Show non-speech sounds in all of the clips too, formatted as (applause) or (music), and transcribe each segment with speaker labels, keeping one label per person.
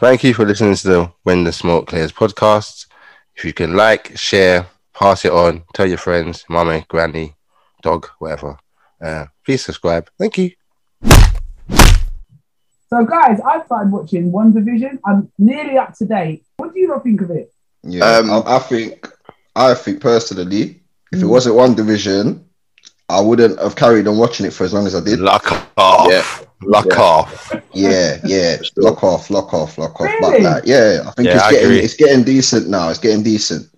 Speaker 1: Thank you for listening to the When the Smoke Clears podcast. If you can like, share, pass it on, tell your friends, mummy, granny, dog, whatever. Uh, please subscribe. Thank you.
Speaker 2: So, guys, I've started watching One Division. I'm nearly up to date. What do you not think of it?
Speaker 3: Yeah,
Speaker 4: Um,
Speaker 3: I, I think I think personally, if
Speaker 1: Mm.
Speaker 3: it wasn't one division, I wouldn't have carried on watching it for as long as I did.
Speaker 1: Luck off.
Speaker 4: Yeah.
Speaker 1: Luck
Speaker 4: Yeah.
Speaker 1: off.
Speaker 3: Yeah,
Speaker 1: (laughs)
Speaker 3: yeah, lock off, lock off, lock off. But
Speaker 2: Really?
Speaker 3: like, yeah, I think
Speaker 1: Yeah,
Speaker 3: it's
Speaker 1: I
Speaker 3: getting
Speaker 1: agree.
Speaker 3: it's getting decent now. It's getting decent.
Speaker 2: Do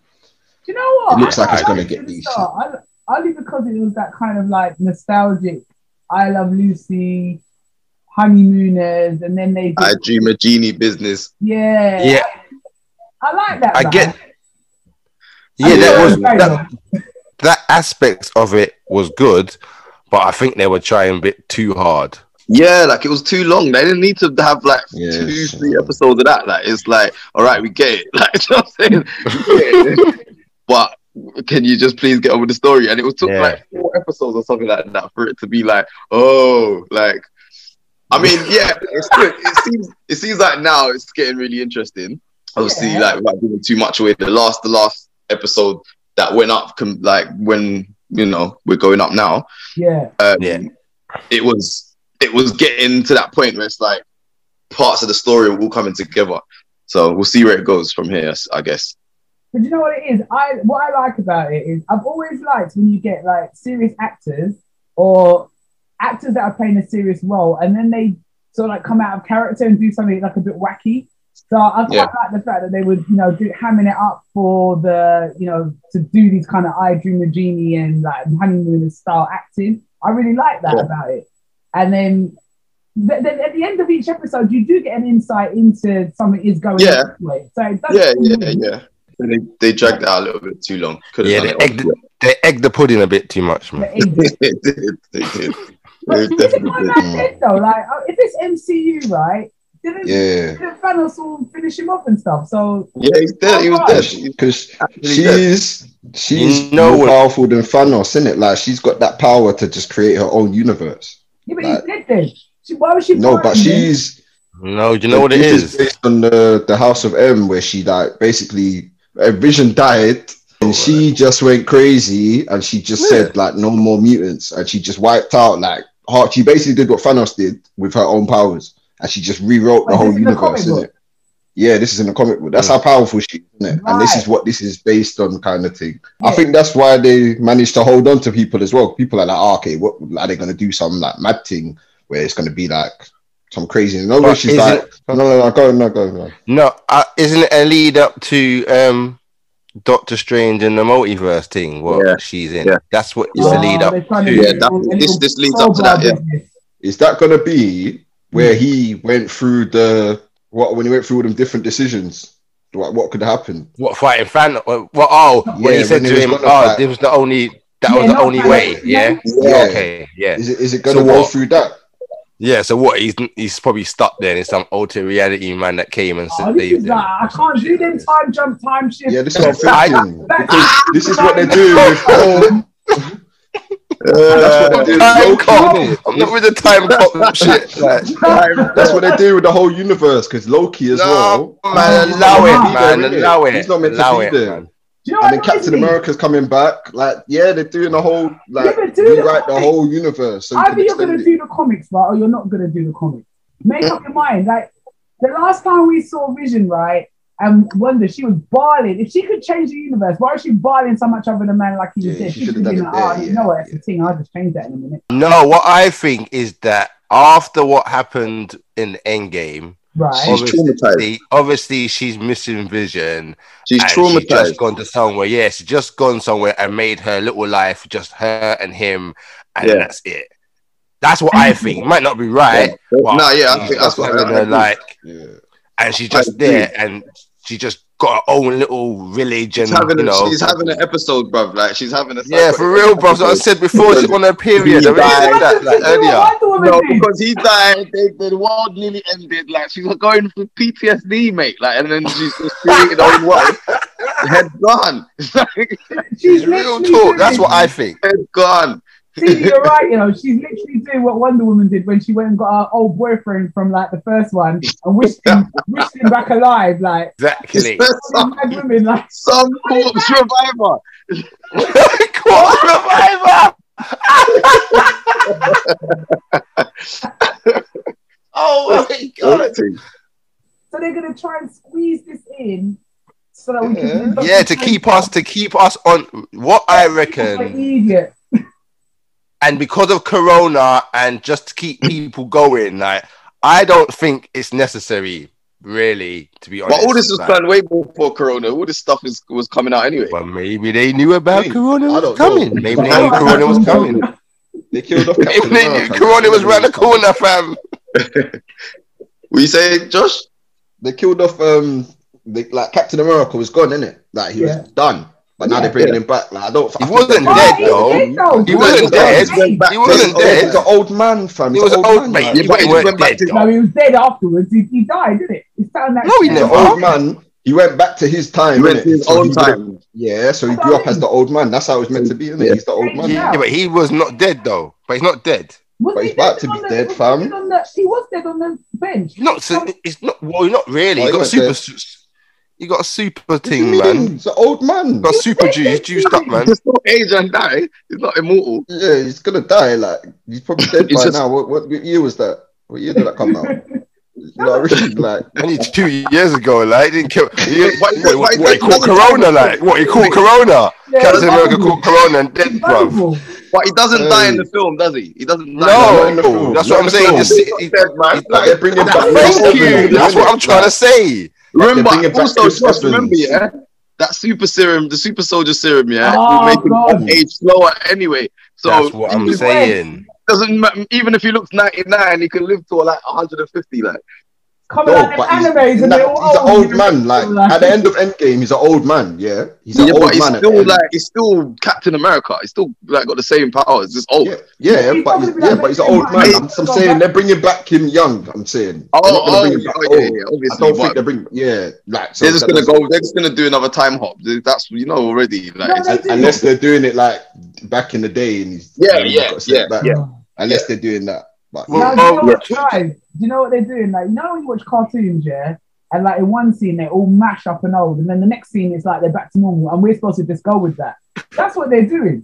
Speaker 2: you know what?
Speaker 3: It looks like it's
Speaker 2: I
Speaker 3: gonna
Speaker 2: liked
Speaker 3: get
Speaker 2: it at the
Speaker 3: decent.
Speaker 2: start. I, only because it was that kind of like nostalgic. I love Lucy, honeymooners, and then they did,
Speaker 4: I dream a genie business.
Speaker 2: yeah,
Speaker 1: Yeah.
Speaker 2: I like that.
Speaker 1: I
Speaker 2: man.
Speaker 1: get.
Speaker 2: I
Speaker 1: Yeah, that
Speaker 2: like
Speaker 1: was
Speaker 2: kind
Speaker 1: that,
Speaker 2: of-
Speaker 1: that aspect of it was good, but I think they were trying a bit too hard.
Speaker 4: Yeah, like it was too long. They didn't need to have like
Speaker 3: Yes,
Speaker 4: two, three
Speaker 3: yeah.
Speaker 4: episodes of that. Like it's like, all right, we get it. (laughs) Like you know what I'm saying, We get it. but can you just please get on with the story? And it was took
Speaker 1: Yeah.
Speaker 4: like four episodes or something like that for it to be like, oh, like. I mean, yeah, it's good. It seems it seems like now it's getting really interesting. Obviously,
Speaker 2: Yeah.
Speaker 4: like without giving too much away, the last the last episode that went up, com- like when you know we're going up now,
Speaker 2: Yeah,
Speaker 4: um,
Speaker 1: Yeah.
Speaker 4: it was it was getting to that point where it's like parts of the story were all coming together. So we'll see where it goes from here, I guess.
Speaker 2: but you know what it is. I what I like about it is I've always liked when you get like serious actors or actors that are playing a serious role, and then they sort of like come out of character and do something like a bit wacky. So I quite
Speaker 4: Yeah.
Speaker 2: like the fact that they would, you know, do, hamming it up for the, you know, to do these kind of I Dream of Genie and like honeymoon style acting. I really like that
Speaker 4: Yeah.
Speaker 2: about it. And then, th- then at the end of each episode, you do get an insight into something is going
Speaker 4: Yeah.
Speaker 2: on. Anyway. So it does-
Speaker 4: Yeah, yeah, yeah. They, they dragged it out a little bit too long. Could
Speaker 1: Yeah,
Speaker 4: have
Speaker 1: they
Speaker 4: done it.
Speaker 1: egged, they egged the pudding a bit too much, man.
Speaker 2: But it
Speaker 4: (laughs) they did. They did. They
Speaker 2: But this is
Speaker 4: definitely
Speaker 2: what
Speaker 4: did.
Speaker 2: I said though, like uh, if it's MCU, right? Didn't,
Speaker 3: Yeah,
Speaker 2: didn't Thanos all finish him off and stuff? So
Speaker 4: Yeah, he's dead. He was dead. He's
Speaker 3: because
Speaker 4: actually dead.
Speaker 3: she's she's
Speaker 1: You know
Speaker 3: more
Speaker 1: it.
Speaker 3: powerful than Thanos, isn't it? Like she's got that power to just create her own universe.
Speaker 2: yeah, but
Speaker 3: Like-
Speaker 2: he's dead then. She, why was she?
Speaker 3: No, but
Speaker 2: fighting him?
Speaker 3: she's
Speaker 1: No, do you know what it
Speaker 3: this
Speaker 1: is?
Speaker 3: based on the the House of M, where she like basically uh, Vision died. And she just went crazy, and she just
Speaker 1: Yeah.
Speaker 3: said like no more mutants, and she just wiped out like heart. She basically did what Thanos did with her own powers, and she just rewrote the
Speaker 2: Wait,
Speaker 3: whole
Speaker 2: this is in the comic
Speaker 3: universe. Isn't
Speaker 2: book?
Speaker 3: it? Yeah, this is in the comic book. That's how powerful she is, isn't it? And this
Speaker 2: Right.
Speaker 3: is what this is based on, kind of thing.
Speaker 2: Yeah.
Speaker 3: I think that's why they managed to hold on to people as well. People are like, "Ah, okay, what are they going to do? Some like mad thing where it's going to be like some crazy. No,
Speaker 1: But
Speaker 3: where she's
Speaker 1: is
Speaker 3: like,
Speaker 1: it-
Speaker 3: no, no, no, go, no, go, no.
Speaker 1: No, uh, isn't it a lead up to um, Doctor Strange and the multiverse thing? What
Speaker 4: Yeah.
Speaker 1: she's in.
Speaker 4: Yeah.
Speaker 1: That's what is the lead
Speaker 2: Oh,
Speaker 1: up
Speaker 2: they're trying
Speaker 1: to.
Speaker 2: do
Speaker 4: Yeah,
Speaker 2: a
Speaker 4: that-
Speaker 2: little
Speaker 4: this- this leads up to that,
Speaker 2: crowbar
Speaker 4: yeah.
Speaker 2: business.
Speaker 3: Is that going to be where
Speaker 1: Hmm.
Speaker 3: he went through the what when he went through all them different decisions? What what could happen?
Speaker 1: What fighting Fan? What? what- Oh, when
Speaker 3: Yeah,
Speaker 1: he said
Speaker 3: when he
Speaker 1: to
Speaker 3: was
Speaker 1: him, "Oh,
Speaker 3: gonna fight.
Speaker 1: this was the only. That
Speaker 2: Yeah,
Speaker 1: was the
Speaker 2: no,
Speaker 1: only
Speaker 2: no,
Speaker 1: way."
Speaker 2: no.
Speaker 1: Yeah?
Speaker 3: Yeah.
Speaker 1: Okay. Yeah.
Speaker 3: Is it is it going to
Speaker 1: So
Speaker 3: go
Speaker 1: what?
Speaker 3: through that?
Speaker 1: Yeah. So what? He's he's probably stuck there in some alternate reality man that came and
Speaker 2: Oh, this
Speaker 1: saved
Speaker 2: is
Speaker 1: him.
Speaker 2: like, I can't do them time jump, time shift.
Speaker 3: Yeah, this is what
Speaker 1: (laughs) I-
Speaker 3: I'm thinking.
Speaker 2: Back-
Speaker 3: Because this is what they
Speaker 1: (laughs)
Speaker 3: do with um,
Speaker 4: Uh,
Speaker 3: That's what they do.
Speaker 1: Time cop.
Speaker 3: Loki.
Speaker 1: I'm not with the time cop (laughs) shit. Like,
Speaker 3: That's what they do with the whole universe. Because Loki as
Speaker 1: no,
Speaker 3: well.
Speaker 1: man,
Speaker 3: He's
Speaker 1: allow
Speaker 3: not
Speaker 1: it,
Speaker 3: meant to be
Speaker 1: man,
Speaker 3: there, innit?
Speaker 1: allow it.
Speaker 3: He's not meant
Speaker 1: allow
Speaker 3: to
Speaker 1: it,
Speaker 3: be there.
Speaker 1: man.
Speaker 2: Do you know
Speaker 3: And
Speaker 2: what
Speaker 3: then Captain
Speaker 2: annoys me?
Speaker 3: America's coming back. Like, yeah, they're doing the whole like
Speaker 2: Yeah, but do the
Speaker 3: rewrite the
Speaker 2: comic.
Speaker 3: whole universe. So you
Speaker 2: Either
Speaker 3: can
Speaker 2: you're going
Speaker 3: extend
Speaker 2: to
Speaker 3: it.
Speaker 2: do the comics, right, or you're not going to do the comics. Make up your mind. Like the last time we saw Vision, right, and Wonder, she was bawling. If she could change the universe, why is she bawling so much over the man like he was
Speaker 3: Yeah,
Speaker 2: dead?
Speaker 3: she
Speaker 2: She
Speaker 3: should
Speaker 2: should
Speaker 3: have
Speaker 2: have been
Speaker 3: done
Speaker 2: like,
Speaker 3: it
Speaker 2: oh,
Speaker 3: there,
Speaker 2: you
Speaker 3: yeah,
Speaker 2: know what? It's
Speaker 3: yeah.
Speaker 2: the thing. I'll just change that in a minute.
Speaker 1: No, what I think is that after what happened in Endgame,
Speaker 2: Right.
Speaker 4: She's traumatized.
Speaker 1: obviously, obviously she's missing Vision.
Speaker 4: She's
Speaker 1: and She's
Speaker 4: traumatized.
Speaker 1: just gone to somewhere. Yeah, she's just gone somewhere and made her little life just her and him, and
Speaker 4: Yeah.
Speaker 1: that's it. That's what I think. Might not be right. but
Speaker 4: no, yeah, I
Speaker 1: she's
Speaker 4: think that's
Speaker 1: just
Speaker 4: what
Speaker 1: having her
Speaker 4: I
Speaker 1: like,
Speaker 3: Yeah.
Speaker 1: and she's
Speaker 4: I
Speaker 1: just
Speaker 4: agree.
Speaker 1: there, and she just got her own little village, and
Speaker 4: She's having,
Speaker 1: you know,
Speaker 4: a, she's having an episode, bruv. Like she's having a
Speaker 1: yeah, for real, bro. That's what I said before. She's on her period. I
Speaker 4: He
Speaker 1: really
Speaker 4: died.
Speaker 1: said that like, earlier.
Speaker 4: No, because he died. They, the world nearly ended. Like she was going through PTSD, mate. Like, and then she's just created her own world. Head gone. (laughs) Like,
Speaker 1: It's real talk. That's what I think.
Speaker 4: Head gone.
Speaker 2: See, you're right. You know, she's literally doing what Wonder Woman did when she went and got her old boyfriend from like the first one and wished
Speaker 3: (laughs)
Speaker 2: him, wished him back alive. Like,
Speaker 1: Exactly.
Speaker 2: some mad women, like,
Speaker 4: Some corpse reviver.
Speaker 1: (laughs) Corpse reviver. (laughs) oh my god.
Speaker 2: so they're gonna try and squeeze this in so that we can.
Speaker 1: Yeah, to keep us to keep us on what I reckon,
Speaker 2: Idiot.
Speaker 1: and because of Corona, and just to keep people going, like I don't think it's necessary, really, to be honest.
Speaker 4: But all this was
Speaker 1: like,
Speaker 4: planned way before Corona. All this stuff is, was coming out anyway.
Speaker 1: But maybe they knew about
Speaker 3: Wait,
Speaker 1: Corona
Speaker 3: I
Speaker 1: was
Speaker 3: don't
Speaker 1: coming.
Speaker 3: know.
Speaker 1: Maybe they knew Corona was coming.
Speaker 3: They
Speaker 1: (laughs)
Speaker 3: killed off
Speaker 1: Maybe
Speaker 3: Captain
Speaker 1: they knew
Speaker 3: America.
Speaker 1: Corona was round the corner, fam.
Speaker 4: What you say, Josh?
Speaker 3: They killed off um, they, like Captain America was gone, innit? Like he
Speaker 2: Yeah.
Speaker 3: was done. But now
Speaker 2: Yeah.
Speaker 3: they're bringing him back. Like I don't.
Speaker 1: He
Speaker 3: I think
Speaker 1: wasn't
Speaker 3: that's-
Speaker 1: dead,
Speaker 2: Oh, he's though.
Speaker 1: He wasn't dead. He wasn't
Speaker 3: He's
Speaker 1: dead.
Speaker 3: He's an old man, fam.
Speaker 1: He was an old
Speaker 3: man.
Speaker 1: mate.
Speaker 3: like.
Speaker 1: He
Speaker 4: but he
Speaker 1: weren't
Speaker 4: went back
Speaker 1: dead,
Speaker 4: to-
Speaker 1: though.
Speaker 2: No, he was dead afterwards. He, he died, didn't it? It's time that
Speaker 1: No, he
Speaker 3: He's an
Speaker 1: never.
Speaker 3: old man. He went back to his time.
Speaker 4: He went
Speaker 3: innit?
Speaker 4: to his
Speaker 3: So
Speaker 4: own
Speaker 3: he-
Speaker 4: time.
Speaker 3: Yeah, so he grew up as the old man. That's how it's meant to be, isn't it? He's the old man.
Speaker 1: Yeah, but he was not dead though. But he's not dead.
Speaker 2: Was
Speaker 3: But
Speaker 2: he
Speaker 3: he's about
Speaker 2: dead
Speaker 3: to be
Speaker 2: on the-
Speaker 3: dead,
Speaker 2: was he
Speaker 3: fam.
Speaker 2: dead on the- He was dead on the bench.
Speaker 1: He's not. so- It's not. Well, not really.
Speaker 3: Oh,
Speaker 1: He
Speaker 3: he
Speaker 1: got
Speaker 3: was
Speaker 1: super.
Speaker 3: dead.
Speaker 1: su- You got a super
Speaker 3: What do you
Speaker 1: thing,
Speaker 3: mean?
Speaker 1: man.
Speaker 3: He's an old man.
Speaker 1: You got super juice. He's juiced up, man.
Speaker 4: There's no age and die. He's not immortal.
Speaker 3: Yeah, he's gonna die. Like he's probably dead
Speaker 4: (laughs) He's
Speaker 3: by
Speaker 4: just-
Speaker 3: now. What, what year was that? What year did that
Speaker 2: (laughs)
Speaker 3: come out? You know what I mean?
Speaker 4: (laughs)
Speaker 3: Like
Speaker 1: Only two years ago, like didn't kill. He,
Speaker 4: Why-
Speaker 1: what, what,
Speaker 4: why-
Speaker 1: what, he caught Corona, like what he caught Corona.
Speaker 2: Yeah,
Speaker 1: Captain
Speaker 2: it's
Speaker 1: America
Speaker 2: horrible.
Speaker 1: caught Corona and dead,
Speaker 2: It's
Speaker 1: bruv.
Speaker 2: horrible.
Speaker 4: But he doesn't
Speaker 3: Hey.
Speaker 4: die in the film, does he? He doesn't die.
Speaker 1: No,
Speaker 4: in
Speaker 3: the film.
Speaker 1: that's
Speaker 3: Not
Speaker 1: what I'm
Speaker 3: the
Speaker 1: saying.
Speaker 3: film.
Speaker 1: Just,
Speaker 4: the film. He's not dead, man.
Speaker 3: Like, they're bringing back
Speaker 1: thank
Speaker 3: Seven,
Speaker 1: you.
Speaker 3: isn't
Speaker 1: That's
Speaker 3: it?
Speaker 1: what I'm trying to say.
Speaker 3: They're
Speaker 4: Remember,
Speaker 3: bringing back
Speaker 4: also,
Speaker 3: Chris
Speaker 4: just remember,
Speaker 3: Evans.
Speaker 4: yeah, that super serum, the super soldier serum, yeah,
Speaker 2: Oh,
Speaker 4: will make him
Speaker 2: God.
Speaker 4: age slower anyway. So
Speaker 1: that's what I'm
Speaker 2: he's
Speaker 1: saying.
Speaker 4: doesn't ma- even if he looks 99, he can live to like 150. Like,
Speaker 2: Coming
Speaker 3: no,
Speaker 2: out of
Speaker 3: but he's,
Speaker 2: animes and
Speaker 3: nah,
Speaker 2: they're
Speaker 3: he's an
Speaker 2: all
Speaker 3: old
Speaker 2: (laughs)
Speaker 3: man. Like at the end of Endgame, he's an old man. Yeah, he's an
Speaker 4: yeah,
Speaker 3: old
Speaker 4: but he's
Speaker 3: man. at the
Speaker 4: still
Speaker 3: end.
Speaker 4: like he's still Captain America. He's still like got the same powers. Just old.
Speaker 3: yeah, yeah,
Speaker 2: He's
Speaker 3: but he's,
Speaker 2: probably
Speaker 3: yeah,
Speaker 2: like
Speaker 3: but he's an
Speaker 2: the
Speaker 3: old
Speaker 2: same
Speaker 3: man.
Speaker 4: height.
Speaker 3: I'm, I'm saying they're bringing back him young. I'm saying.
Speaker 4: Oh,
Speaker 3: they're not gonna
Speaker 4: oh,
Speaker 3: bring him back
Speaker 4: oh, yeah,
Speaker 3: old.
Speaker 4: yeah,
Speaker 3: I
Speaker 4: obviously.
Speaker 3: don't think
Speaker 4: but
Speaker 3: they're bringing. Yeah, like so
Speaker 4: they're just
Speaker 3: that
Speaker 4: gonna
Speaker 3: doesn't-
Speaker 4: go. They're just gonna do another time hop. That's you know already. Like,
Speaker 2: No,
Speaker 4: it's-
Speaker 2: they-
Speaker 3: unless they're doing it like back in the day and he's
Speaker 4: Yeah,
Speaker 3: he's
Speaker 4: yeah,
Speaker 3: got sent
Speaker 4: yeah,
Speaker 3: back. Unless they're doing that, but
Speaker 1: Well,
Speaker 2: Now, do you know
Speaker 1: oh,
Speaker 2: what, guys? Do you know what they're doing? Like, you know, when you watch cartoons, yeah, and like in one scene they all mash up and old, and then the next scene it's like they're back to normal, and we're supposed to just go with that. That's what they're
Speaker 4: (laughs)
Speaker 2: doing.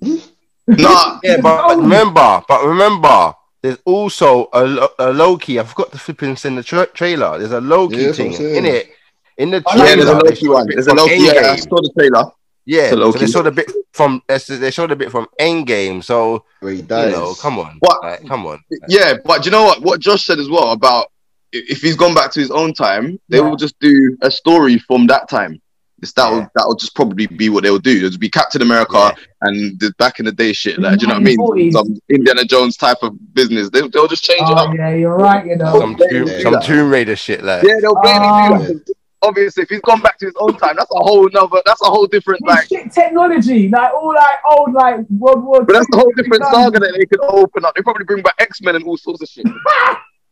Speaker 4: nah,
Speaker 1: Yeah, but, but
Speaker 2: old.
Speaker 1: remember, but remember, there's also a, lo- a Loki. I forgot to flip and send the tra- trailer. There's a Loki
Speaker 3: Yeah, that's
Speaker 1: thing
Speaker 3: what I'm saying.
Speaker 1: in it. In the
Speaker 2: Oh,
Speaker 1: trailer,
Speaker 4: yeah, there's a
Speaker 1: they
Speaker 4: Loki
Speaker 1: showed
Speaker 4: one.
Speaker 1: bit
Speaker 4: There's a
Speaker 1: from
Speaker 4: Loki. Yeah, I
Speaker 1: Endgame.
Speaker 4: saw the trailer.
Speaker 1: Yeah,
Speaker 4: It's
Speaker 1: so
Speaker 4: a Loki.
Speaker 1: they showed a bit from. They showed a bit from Endgame. So
Speaker 3: where he
Speaker 1: you
Speaker 3: dies.
Speaker 1: know, come on,
Speaker 4: What?
Speaker 1: like, come on.
Speaker 4: Yeah, but do you know what? What Josh said as well about i- if he's gone back to his own time, they
Speaker 2: Yeah.
Speaker 4: will just do a story from that time. It's that
Speaker 1: Yeah.
Speaker 4: will that will just probably be what they'll do. It'll be Captain America and the back in the day shit. Like, do you know what I
Speaker 2: 1940s.
Speaker 4: mean? Some Indiana Jones type of business. They, they'll just change it
Speaker 2: Oh
Speaker 4: up.
Speaker 2: yeah, you're right. You know,
Speaker 1: Some, tomb,
Speaker 3: yeah.
Speaker 1: some Tomb Raider shit, like
Speaker 4: Yeah, they'll
Speaker 2: Oh.
Speaker 4: basically do that. Obviously, if he's gone back to his own time, that's a whole nother. That's a whole different
Speaker 2: This
Speaker 4: like.
Speaker 2: shit technology, like all like old like World War.
Speaker 4: But that's a
Speaker 2: II,
Speaker 4: whole different
Speaker 2: guns.
Speaker 4: saga that they could open up. They probably bring back X Men and all sorts
Speaker 2: (laughs)
Speaker 4: of shit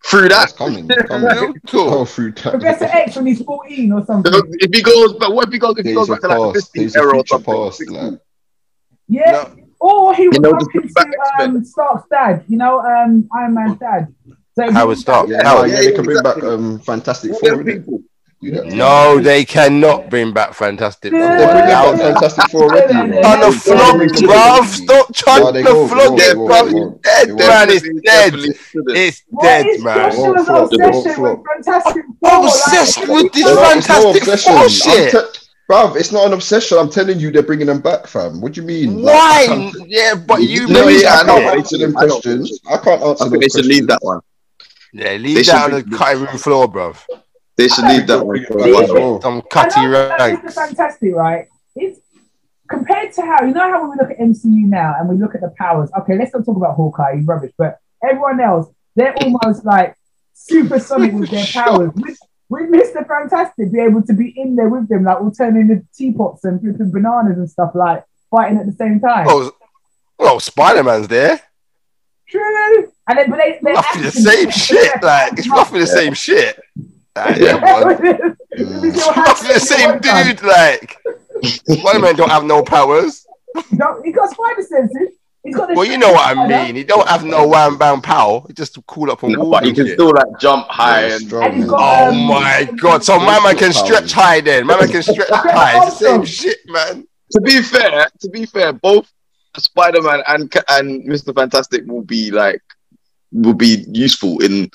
Speaker 4: through
Speaker 3: That's
Speaker 4: that. (laughs)
Speaker 3: coming. it's coming.
Speaker 1: Cool.
Speaker 3: Go through time.
Speaker 2: Professor X when he's 14 or something.
Speaker 3: Mm.
Speaker 4: If he goes, but what if he goes? If he
Speaker 3: (laughs) Days
Speaker 4: goes
Speaker 3: of
Speaker 4: back to like
Speaker 3: past.
Speaker 4: fifteen
Speaker 3: Days
Speaker 4: era or
Speaker 3: of
Speaker 4: something.
Speaker 3: future past.
Speaker 4: 60s?
Speaker 3: Like,
Speaker 2: Yeah.
Speaker 1: No.
Speaker 2: Or he was
Speaker 4: know,
Speaker 2: up
Speaker 4: just bring
Speaker 2: into
Speaker 4: back
Speaker 2: um, Stark's dad, you know, um, Iron Man's dad. So
Speaker 1: Howard Stark.
Speaker 3: yeah,
Speaker 1: Howard.
Speaker 3: no, yeah, they can bring back
Speaker 4: Oh, exactly.
Speaker 3: um, Fantastic
Speaker 4: All
Speaker 3: Four.
Speaker 4: them
Speaker 3: innit?
Speaker 4: people.
Speaker 3: Do that.
Speaker 1: No, they cannot bring back Fantastic.
Speaker 2: Yeah.
Speaker 3: They bring
Speaker 1: Four.
Speaker 3: back Fantastic Four already.
Speaker 2: Yeah, yeah,
Speaker 3: bro.
Speaker 2: yeah.
Speaker 1: Trying to flog, bruv. Stop
Speaker 3: No,
Speaker 1: trying
Speaker 3: they
Speaker 1: to
Speaker 3: won't,
Speaker 1: flog
Speaker 3: they
Speaker 1: it,
Speaker 3: won't,
Speaker 1: bruv.
Speaker 3: they
Speaker 1: He's
Speaker 3: won't.
Speaker 1: dead,
Speaker 3: They won't.
Speaker 1: man. It's
Speaker 4: Definitely,
Speaker 1: dead.
Speaker 4: definitely shouldn't.
Speaker 1: It's
Speaker 2: What
Speaker 1: dead,
Speaker 2: is
Speaker 1: man.
Speaker 3: Won't
Speaker 2: Joshua's
Speaker 3: flop, it won't
Speaker 2: obsession with
Speaker 3: flop.
Speaker 2: Fantastic Four?
Speaker 1: I'm
Speaker 2: Like,
Speaker 1: obsessed with this
Speaker 3: No, it's no
Speaker 1: fantastic
Speaker 3: obsession.
Speaker 1: four
Speaker 3: I'm
Speaker 1: shit.
Speaker 3: te- Bruv, it's not an obsession. I'm telling you, they're bringing them back, fam. What do you mean? Like, I can't-
Speaker 1: Why? Yeah, but you
Speaker 4: No,
Speaker 1: made
Speaker 4: yeah,
Speaker 3: I
Speaker 1: that
Speaker 4: know,
Speaker 1: up.
Speaker 4: but
Speaker 3: can't
Speaker 4: I
Speaker 3: answer them
Speaker 4: don't- I don't-
Speaker 3: questions. I can't answer
Speaker 4: I
Speaker 3: them
Speaker 4: think they should leave that one.
Speaker 1: Yeah,
Speaker 4: They
Speaker 1: leave
Speaker 4: should
Speaker 1: that on
Speaker 4: be-
Speaker 1: the cutting room floor, bruv.
Speaker 4: They should leave that one. for a while.
Speaker 1: Some
Speaker 2: I
Speaker 1: cutty
Speaker 2: know that Mr.
Speaker 1: ranks.
Speaker 2: Fantastic, right? It's compared to how you know how when we look at MCU now and we look at the powers. Okay, let's not talk about Hawkeye, he's rubbish, but everyone else, they're almost like supersonic with
Speaker 1: (laughs)
Speaker 2: their
Speaker 1: Sure.
Speaker 2: powers. With, with Mr. Fantastic, be able to be in there with them, like all turning the teapots and flipping bananas and stuff, like fighting at the same time.
Speaker 1: Oh, well, Spider Man's there.
Speaker 2: True. And then, but they, they're
Speaker 1: Roughly the same shit. Like it's roughly the same shit. Like,
Speaker 4: Yeah.
Speaker 1: come on.
Speaker 2: It's
Speaker 1: Roughly the same dude. Like Spider Man don't have no powers.
Speaker 2: He got spider senses. He He's got this
Speaker 1: Well, you know what I mean. He don't have no one bound pow. He just call up and
Speaker 4: No,
Speaker 1: walk.
Speaker 4: but you
Speaker 1: and
Speaker 4: can
Speaker 1: shit.
Speaker 4: still like jump high
Speaker 3: Yeah,
Speaker 4: and
Speaker 3: strong,
Speaker 2: And he's
Speaker 3: man.
Speaker 2: got,
Speaker 1: Oh
Speaker 2: um,
Speaker 1: my god! So my man can stretch high then. My man
Speaker 2: (laughs)
Speaker 1: can stretch high. It's the same shit, man.
Speaker 4: to be fair, to be fair, both Spider Man and Ca- and Mister Fantastic will be like will be useful in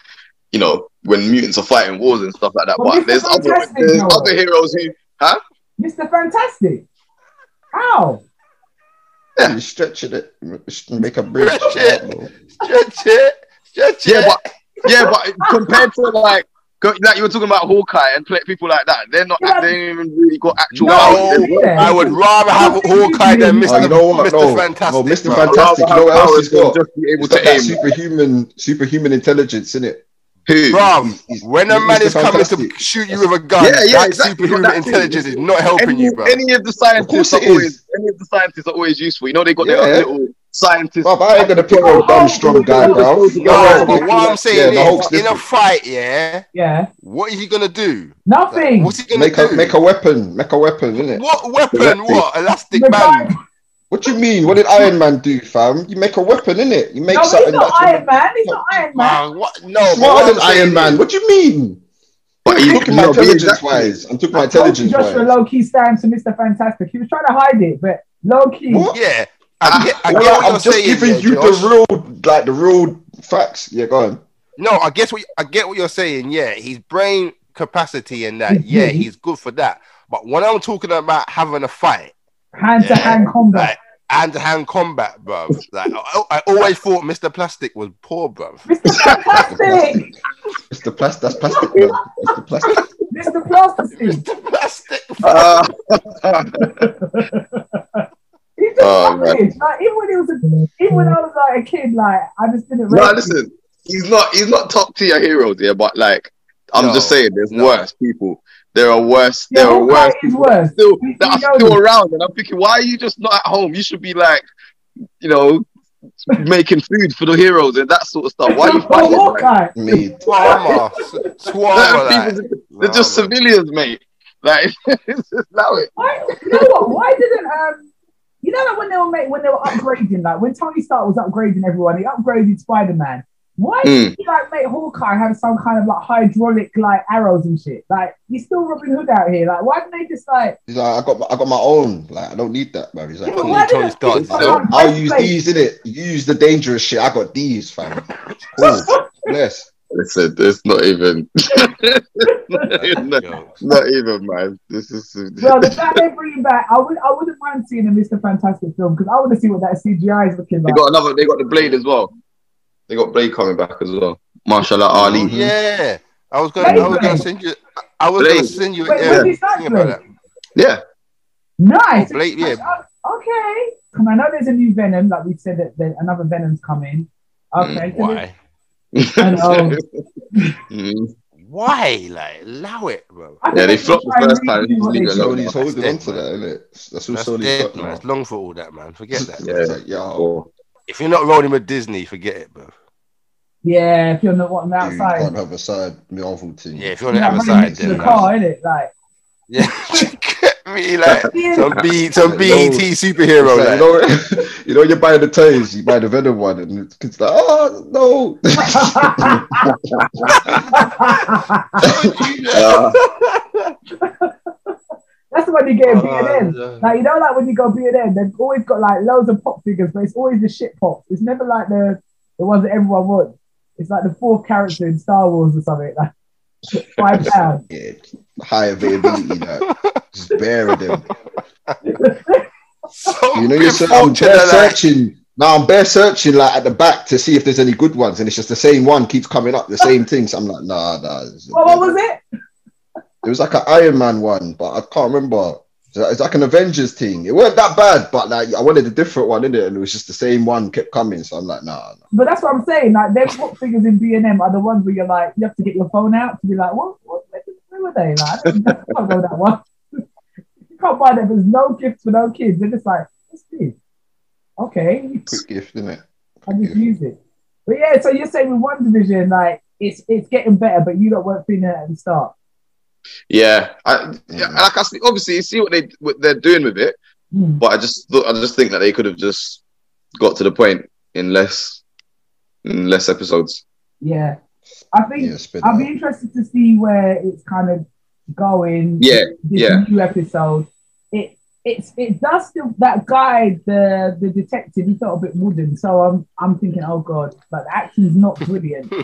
Speaker 4: you know when mutants are fighting wars and stuff like that.
Speaker 2: But
Speaker 4: But,
Speaker 2: Mr.
Speaker 4: there's other
Speaker 2: Fantastic,
Speaker 4: there's
Speaker 2: though.
Speaker 4: other heroes who
Speaker 2: Mr. Fantastic. How?
Speaker 3: You stretch it, make a bridge.
Speaker 1: Stretch it. Stretch it. Stretch
Speaker 4: yeah,
Speaker 1: it.
Speaker 4: but yeah, but compared to like. co- Like you were talking about Hawkeye and play, people like that, they're not.
Speaker 2: Yeah.
Speaker 4: They ain't even really got actual.
Speaker 1: No.
Speaker 4: powers. They're
Speaker 2: Yeah.
Speaker 1: I would rather have Hawkeye than
Speaker 2: Oh,
Speaker 1: Mr.
Speaker 3: you know what?
Speaker 1: Mr.
Speaker 3: No.
Speaker 1: Fantastic.
Speaker 3: No, Mr.
Speaker 1: bro.
Speaker 3: Fantastic. You
Speaker 4: rather
Speaker 3: know what else
Speaker 4: powers
Speaker 3: he's got?
Speaker 4: than Just be able
Speaker 3: It's got
Speaker 4: to
Speaker 3: that
Speaker 4: aim.
Speaker 3: superhuman, superhuman intelligence in it.
Speaker 4: Who?
Speaker 1: Bro,
Speaker 3: He's-
Speaker 1: when a
Speaker 3: he's
Speaker 1: man
Speaker 3: Mr.
Speaker 1: is coming to
Speaker 3: Fantastic.
Speaker 1: shoot you with a gun,
Speaker 4: Yeah, yeah,
Speaker 1: that
Speaker 4: exactly.
Speaker 1: superhuman
Speaker 4: That too.
Speaker 1: intelligence is not helping
Speaker 4: any,
Speaker 1: you, bro.
Speaker 4: any of the
Speaker 3: Of course
Speaker 4: scientists are
Speaker 3: it is.
Speaker 4: always any of the scientists are always useful. You know they got their
Speaker 3: Yeah.
Speaker 4: own little scientist.
Speaker 3: Bruv, I ain't gonna pick no dumb strong guy,
Speaker 1: no,
Speaker 3: bro.
Speaker 1: but oh, what I'm saying
Speaker 3: yeah, the Hulk's
Speaker 1: is, in a
Speaker 3: different.
Speaker 1: fight, yeah,
Speaker 2: Yeah.
Speaker 1: what is he gonna do?
Speaker 2: Nothing.
Speaker 1: What's he gonna
Speaker 3: Make a
Speaker 1: do?
Speaker 3: make a weapon, make a weapon, innit? What?
Speaker 1: what weapon?
Speaker 3: Elastic.
Speaker 1: What elastic
Speaker 2: The
Speaker 1: band?
Speaker 2: guy-
Speaker 3: what do you mean? What did Iron Man do, fam? You make a weapon, innit? You make
Speaker 2: No, but he's
Speaker 3: something
Speaker 2: not
Speaker 3: that's
Speaker 2: Iron Man. He's not Iron Man.
Speaker 1: Man, what? No, but
Speaker 3: smarter
Speaker 1: what I'm
Speaker 3: than
Speaker 1: saying
Speaker 3: Iron Man.
Speaker 1: is-
Speaker 3: What do you mean?
Speaker 4: But
Speaker 3: I'm
Speaker 4: he-
Speaker 3: talking my
Speaker 4: no, but
Speaker 3: intelligence
Speaker 4: exactly.
Speaker 3: wise. I'm talking my
Speaker 2: I told you
Speaker 3: intelligence
Speaker 2: Joshua
Speaker 3: wise.
Speaker 2: low key stands for Mr. Fantastic. He was trying to hide it, but low key.
Speaker 3: What? Ah,
Speaker 1: Yeah, I get, I
Speaker 3: Well,
Speaker 1: get what
Speaker 3: I'm
Speaker 1: you're
Speaker 3: just
Speaker 1: saying.
Speaker 3: giving
Speaker 1: yeah,
Speaker 3: you
Speaker 1: Josh.
Speaker 3: the real, like the real facts. Yeah, go on.
Speaker 1: No, I guess what I get what you're saying. Yeah, his brain capacity and
Speaker 3: Mm-hmm.
Speaker 1: that.
Speaker 2: Mhm.
Speaker 1: Yeah, he's good for that. But when I'm talking about having a fight,
Speaker 2: Hand to hand combat.
Speaker 1: like hand to hand combat, bro, like I, I always thought Mr. Plastic was poor, bro.
Speaker 2: Mr. Fantastic.
Speaker 3: It's the plastic. That's plastic. Man. It's the plastic.
Speaker 2: Mr. Plastic.
Speaker 1: Mr. (laughs) Plastic,
Speaker 4: (laughs) Uh,
Speaker 2: He's just
Speaker 4: Oh, man.
Speaker 2: savage. Like even when he was a, even when I was like a kid, like I just didn't.
Speaker 4: no,
Speaker 2: realise-
Speaker 4: listen, he's not he's not top tier heroes here, but like I'm
Speaker 1: No,
Speaker 4: just saying, there's
Speaker 1: no.
Speaker 4: worse people. There are worse.
Speaker 2: Yeah,
Speaker 4: There are
Speaker 2: Hawkeye
Speaker 4: worse.
Speaker 2: is
Speaker 4: people
Speaker 2: worse.
Speaker 4: Still,
Speaker 2: We-
Speaker 4: that
Speaker 2: we know
Speaker 4: are still
Speaker 2: this.
Speaker 4: around, and I'm thinking, why are you just not at home? You should be like, you know, making food for the heroes and that sort of stuff. Why are you
Speaker 2: For
Speaker 4: fighting? like?
Speaker 2: Hawkeye.
Speaker 3: Mead.
Speaker 1: Twama, Twama,
Speaker 4: Certain
Speaker 1: like.
Speaker 4: people They're just civilians, mate. Like, (laughs) it's just allow it.
Speaker 2: Why? You know what? Why didn't um? You know that when they were make, when they were upgrading, like when Tony Stark was upgrading everyone, he upgraded Spider Man. Why
Speaker 4: Mm.
Speaker 2: did he like make Hawkeye have some kind of like hydraulic like arrows and shit? Like he's still Robin Hood out here. Like why didn't they just like?
Speaker 3: He's like, I got, my, I got my own. Like, I don't need that, man. He's like,
Speaker 1: Yeah, but
Speaker 3: cool.
Speaker 1: why
Speaker 2: Why
Speaker 1: Tony
Speaker 2: didn't
Speaker 1: Stark,
Speaker 2: they
Speaker 1: though.
Speaker 2: put on
Speaker 3: I'll use
Speaker 2: breastplate?
Speaker 3: these in it. You use the dangerous shit. I got these, fam. Cool.
Speaker 1: (laughs)
Speaker 3: Bless.
Speaker 4: Listen, it's not even. (laughs) not,
Speaker 1: Yo,
Speaker 4: not even, man. This is.
Speaker 2: (laughs) Well, the fact they bring him back, I would I wouldn't mind seeing a Mr. Fantastic film because I want to see what that CGI is looking
Speaker 4: they
Speaker 2: like.
Speaker 4: got another. They got the blade as well. They got blade coming back as well. Mashallah Ali.
Speaker 1: oh, yeah, I was gonna, I was gonna send you, I was gonna
Speaker 4: Blade.
Speaker 1: send you,
Speaker 2: Wait,
Speaker 1: yeah,
Speaker 2: when did that
Speaker 1: thing about that.
Speaker 4: Yeah.
Speaker 1: Oh,
Speaker 2: Nice.
Speaker 1: Blade, yeah,
Speaker 2: oh, Okay. And I know there's a new Venom, like we said that there, another Venom's coming. Okay. so
Speaker 1: why?
Speaker 2: I
Speaker 4: (laughs)
Speaker 2: know.
Speaker 4: Mm.
Speaker 1: Why? Like, allow it, bro.
Speaker 2: I think
Speaker 4: Yeah, they
Speaker 2: should
Speaker 4: flopped the
Speaker 2: try and
Speaker 4: first time,
Speaker 2: redo
Speaker 4: just
Speaker 2: what
Speaker 4: leave
Speaker 2: they
Speaker 4: it
Speaker 2: did.
Speaker 4: alone.
Speaker 3: Sony's holding
Speaker 1: dead,
Speaker 3: on to that, innit? That's all
Speaker 1: That's
Speaker 3: Sony's
Speaker 1: dead,
Speaker 3: got
Speaker 1: man. It's
Speaker 3: now.
Speaker 1: long for all that, man. Forget that.
Speaker 4: Yeah.
Speaker 3: It's like, yo,
Speaker 4: Oh.
Speaker 1: If you're not rolling with Disney, forget it, bro.
Speaker 2: Yeah, if you're not wanting
Speaker 4: Mm,
Speaker 2: the
Speaker 3: dude, you can't
Speaker 2: outside.
Speaker 3: have a side Marvel team.
Speaker 1: Yeah, if you're on the
Speaker 2: Yeah,
Speaker 1: other
Speaker 2: running
Speaker 1: side,
Speaker 2: next to
Speaker 1: then
Speaker 2: the
Speaker 1: man.
Speaker 2: car, innit?
Speaker 4: (laughs)
Speaker 2: Like,
Speaker 1: (laughs) yeah, get me like
Speaker 2: yeah,
Speaker 1: some
Speaker 3: (laughs)
Speaker 1: B, some BET
Speaker 3: It's
Speaker 1: superhero.
Speaker 3: like,
Speaker 1: Like,
Speaker 3: you know, (laughs) you know, you're buying the toys, you buy the Venom one, and the kid's like, oh no, (laughs)
Speaker 4: Uh,
Speaker 2: (laughs) that's the one you
Speaker 4: Oh,
Speaker 2: get in B&M.
Speaker 1: Uh,
Speaker 2: Like, you know, like when you go B&M, they've always got like loads of pop figures, but it's always the shit pop. It's never like the the ones that everyone wants. It's like the fourth character in Star Wars or something. Like, (laughs) five pounds.
Speaker 3: yeah, high availability,
Speaker 2: (laughs)
Speaker 3: that just bury them.
Speaker 1: some
Speaker 3: You know, you're ser- I'm
Speaker 1: unfortunate,
Speaker 3: bare
Speaker 1: like,
Speaker 3: searching. Now I'm bare searching like at the back to see if there's any good ones, and it's just the same one keeps
Speaker 2: (laughs)
Speaker 3: coming up, the same things. I'm like, nah, nah. it's-
Speaker 2: Well, what was it?
Speaker 3: It was like an Iron Man one, but I can't remember. It's like- it's like an Avengers thing. It weren't that bad, but like I wanted a different one in it, and it was just the same one kept coming. So I'm like, nah. nah.
Speaker 2: But that's what I'm saying. Like, their pop figures in B&M are the ones where you're like, you have to get your phone out to be like, what? what where were they? Like, I don't know. I can't go that one. (laughs) you can't buy that. There's no gifts for no kids. They're just like, what's this? Okay,
Speaker 3: Quick gift, innit?
Speaker 2: I just use it. But yeah, so you're saying with one division, like, it's it's getting better, but you lot weren't feeling it at the start.
Speaker 4: yeah. I, yeah. Like I see, obviously, you see what they what they're doing with it,
Speaker 2: Hmm.
Speaker 4: but I just thought, I just think that they could have just got to the point in less in less episodes.
Speaker 2: Yeah. I think
Speaker 3: Yeah, spit it
Speaker 2: I'll be
Speaker 3: out.
Speaker 2: interested to see where it's kind of going.
Speaker 4: Yeah,
Speaker 2: this
Speaker 4: yeah.
Speaker 2: new episode. It it's it does still that guy, the the detective, he felt a bit wooden. So I'm I'm thinking, oh god, but the action's not brilliant. (laughs)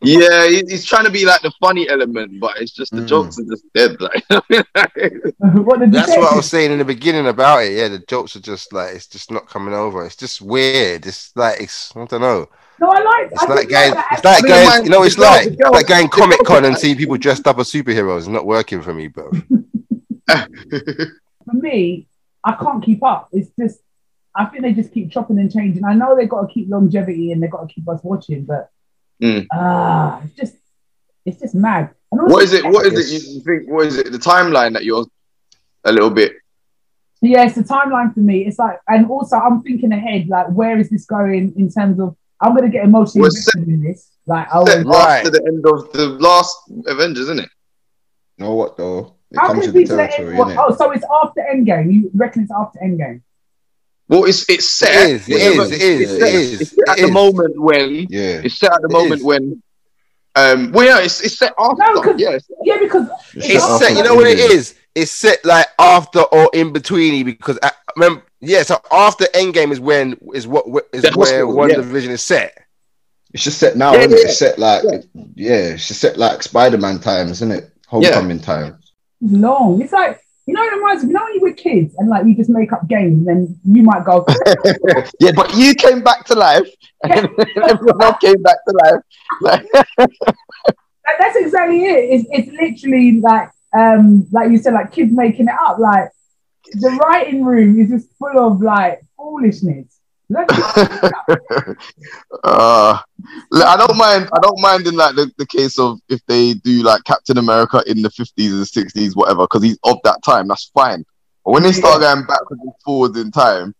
Speaker 4: Yeah, (laughs) he- he's trying to be like the funny element, but it's just the
Speaker 3: Mm.
Speaker 4: jokes are just dead. (laughs) Like,
Speaker 2: what the
Speaker 1: That's
Speaker 2: detective
Speaker 1: what I was saying in the beginning about it. Yeah, the jokes are just like it's just not coming over. It's just weird. It's like it's I don't know.
Speaker 2: No, I like
Speaker 1: It's
Speaker 2: I
Speaker 1: like
Speaker 2: did like
Speaker 1: going.
Speaker 2: that
Speaker 1: It's like
Speaker 4: actually-
Speaker 1: going. You know, what it's
Speaker 4: The girl-
Speaker 1: like
Speaker 4: the girl-
Speaker 1: like going
Speaker 4: the
Speaker 1: Comic
Speaker 4: girl-
Speaker 1: Con and seeing people dressed up as superheroes. It's not working for me, bro.
Speaker 2: for me, I can't keep up. It's just, I think they just keep chopping and changing. I know they've got to keep longevity and they've got to keep us watching, but
Speaker 1: Hmm.
Speaker 4: Mm.
Speaker 2: ah, it's just, it's just mad. And also-
Speaker 4: what is it? What is
Speaker 3: Yes.
Speaker 4: it? You think? What is it? The timeline that you're a little bit.
Speaker 2: Yeah, it's the timeline for me. It's like, and also I'm thinking ahead, like, where is this going in terms of? I'm gonna get emotionally
Speaker 4: Well,
Speaker 2: invested in this. Like, I
Speaker 4: set
Speaker 2: was,
Speaker 1: Right.
Speaker 4: after the end of the last Avengers, isn't it?
Speaker 3: You know what though? It
Speaker 2: how can
Speaker 3: comes
Speaker 2: it
Speaker 3: with
Speaker 2: be
Speaker 3: the
Speaker 2: to the
Speaker 3: territory,
Speaker 2: end?
Speaker 3: innit?
Speaker 2: Oh, so it's after Endgame. You reckon it's after Endgame?
Speaker 4: Well, it's it's
Speaker 1: It
Speaker 4: set.
Speaker 1: is. It
Speaker 4: whatever,
Speaker 1: is. It is.
Speaker 4: set-
Speaker 1: It is.
Speaker 4: It's set at
Speaker 1: it
Speaker 4: the
Speaker 1: is.
Speaker 4: moment when
Speaker 3: Yeah.
Speaker 4: it's set at the
Speaker 1: It
Speaker 4: moment
Speaker 1: is.
Speaker 4: when. Um, well, yeah, it's, it's set after.
Speaker 2: No, 'cause-
Speaker 4: yeah, it's-
Speaker 2: Yeah, because
Speaker 1: It's
Speaker 2: Yeah.
Speaker 1: set. You know what it is? It's set like after or in between because I remember. Yeah, so after Endgame is when is what is
Speaker 4: The
Speaker 1: where
Speaker 4: hospital,
Speaker 1: One
Speaker 4: yeah.
Speaker 1: Division is set.
Speaker 3: It's just set now,
Speaker 4: Yeah,
Speaker 3: isn't it?
Speaker 4: yeah.
Speaker 3: It's set like
Speaker 4: Yeah.
Speaker 3: yeah. it's just set like Spider Man times, isn't it? Homecoming time.
Speaker 2: long. It's like you know, it reminds me. You know, when you were kids and like you just make up games, and then you might
Speaker 3: (laughs)
Speaker 2: go,
Speaker 4: yeah, but you came back to
Speaker 2: (laughs)
Speaker 4: life, (laughs) and everyone else came back to life.
Speaker 2: Like, that's exactly it. It's, it's literally like, um, like you said, like kids making it up. Like the writing room is just full of like
Speaker 3: (laughs)
Speaker 2: foolishness. Look,
Speaker 4: Uh, look, I don't mind. I don't mind in like the, the case of if they do like Captain America in the fifties and sixties, whatever, because he's of that time. That's fine. But when they start going backwards and forwards in time,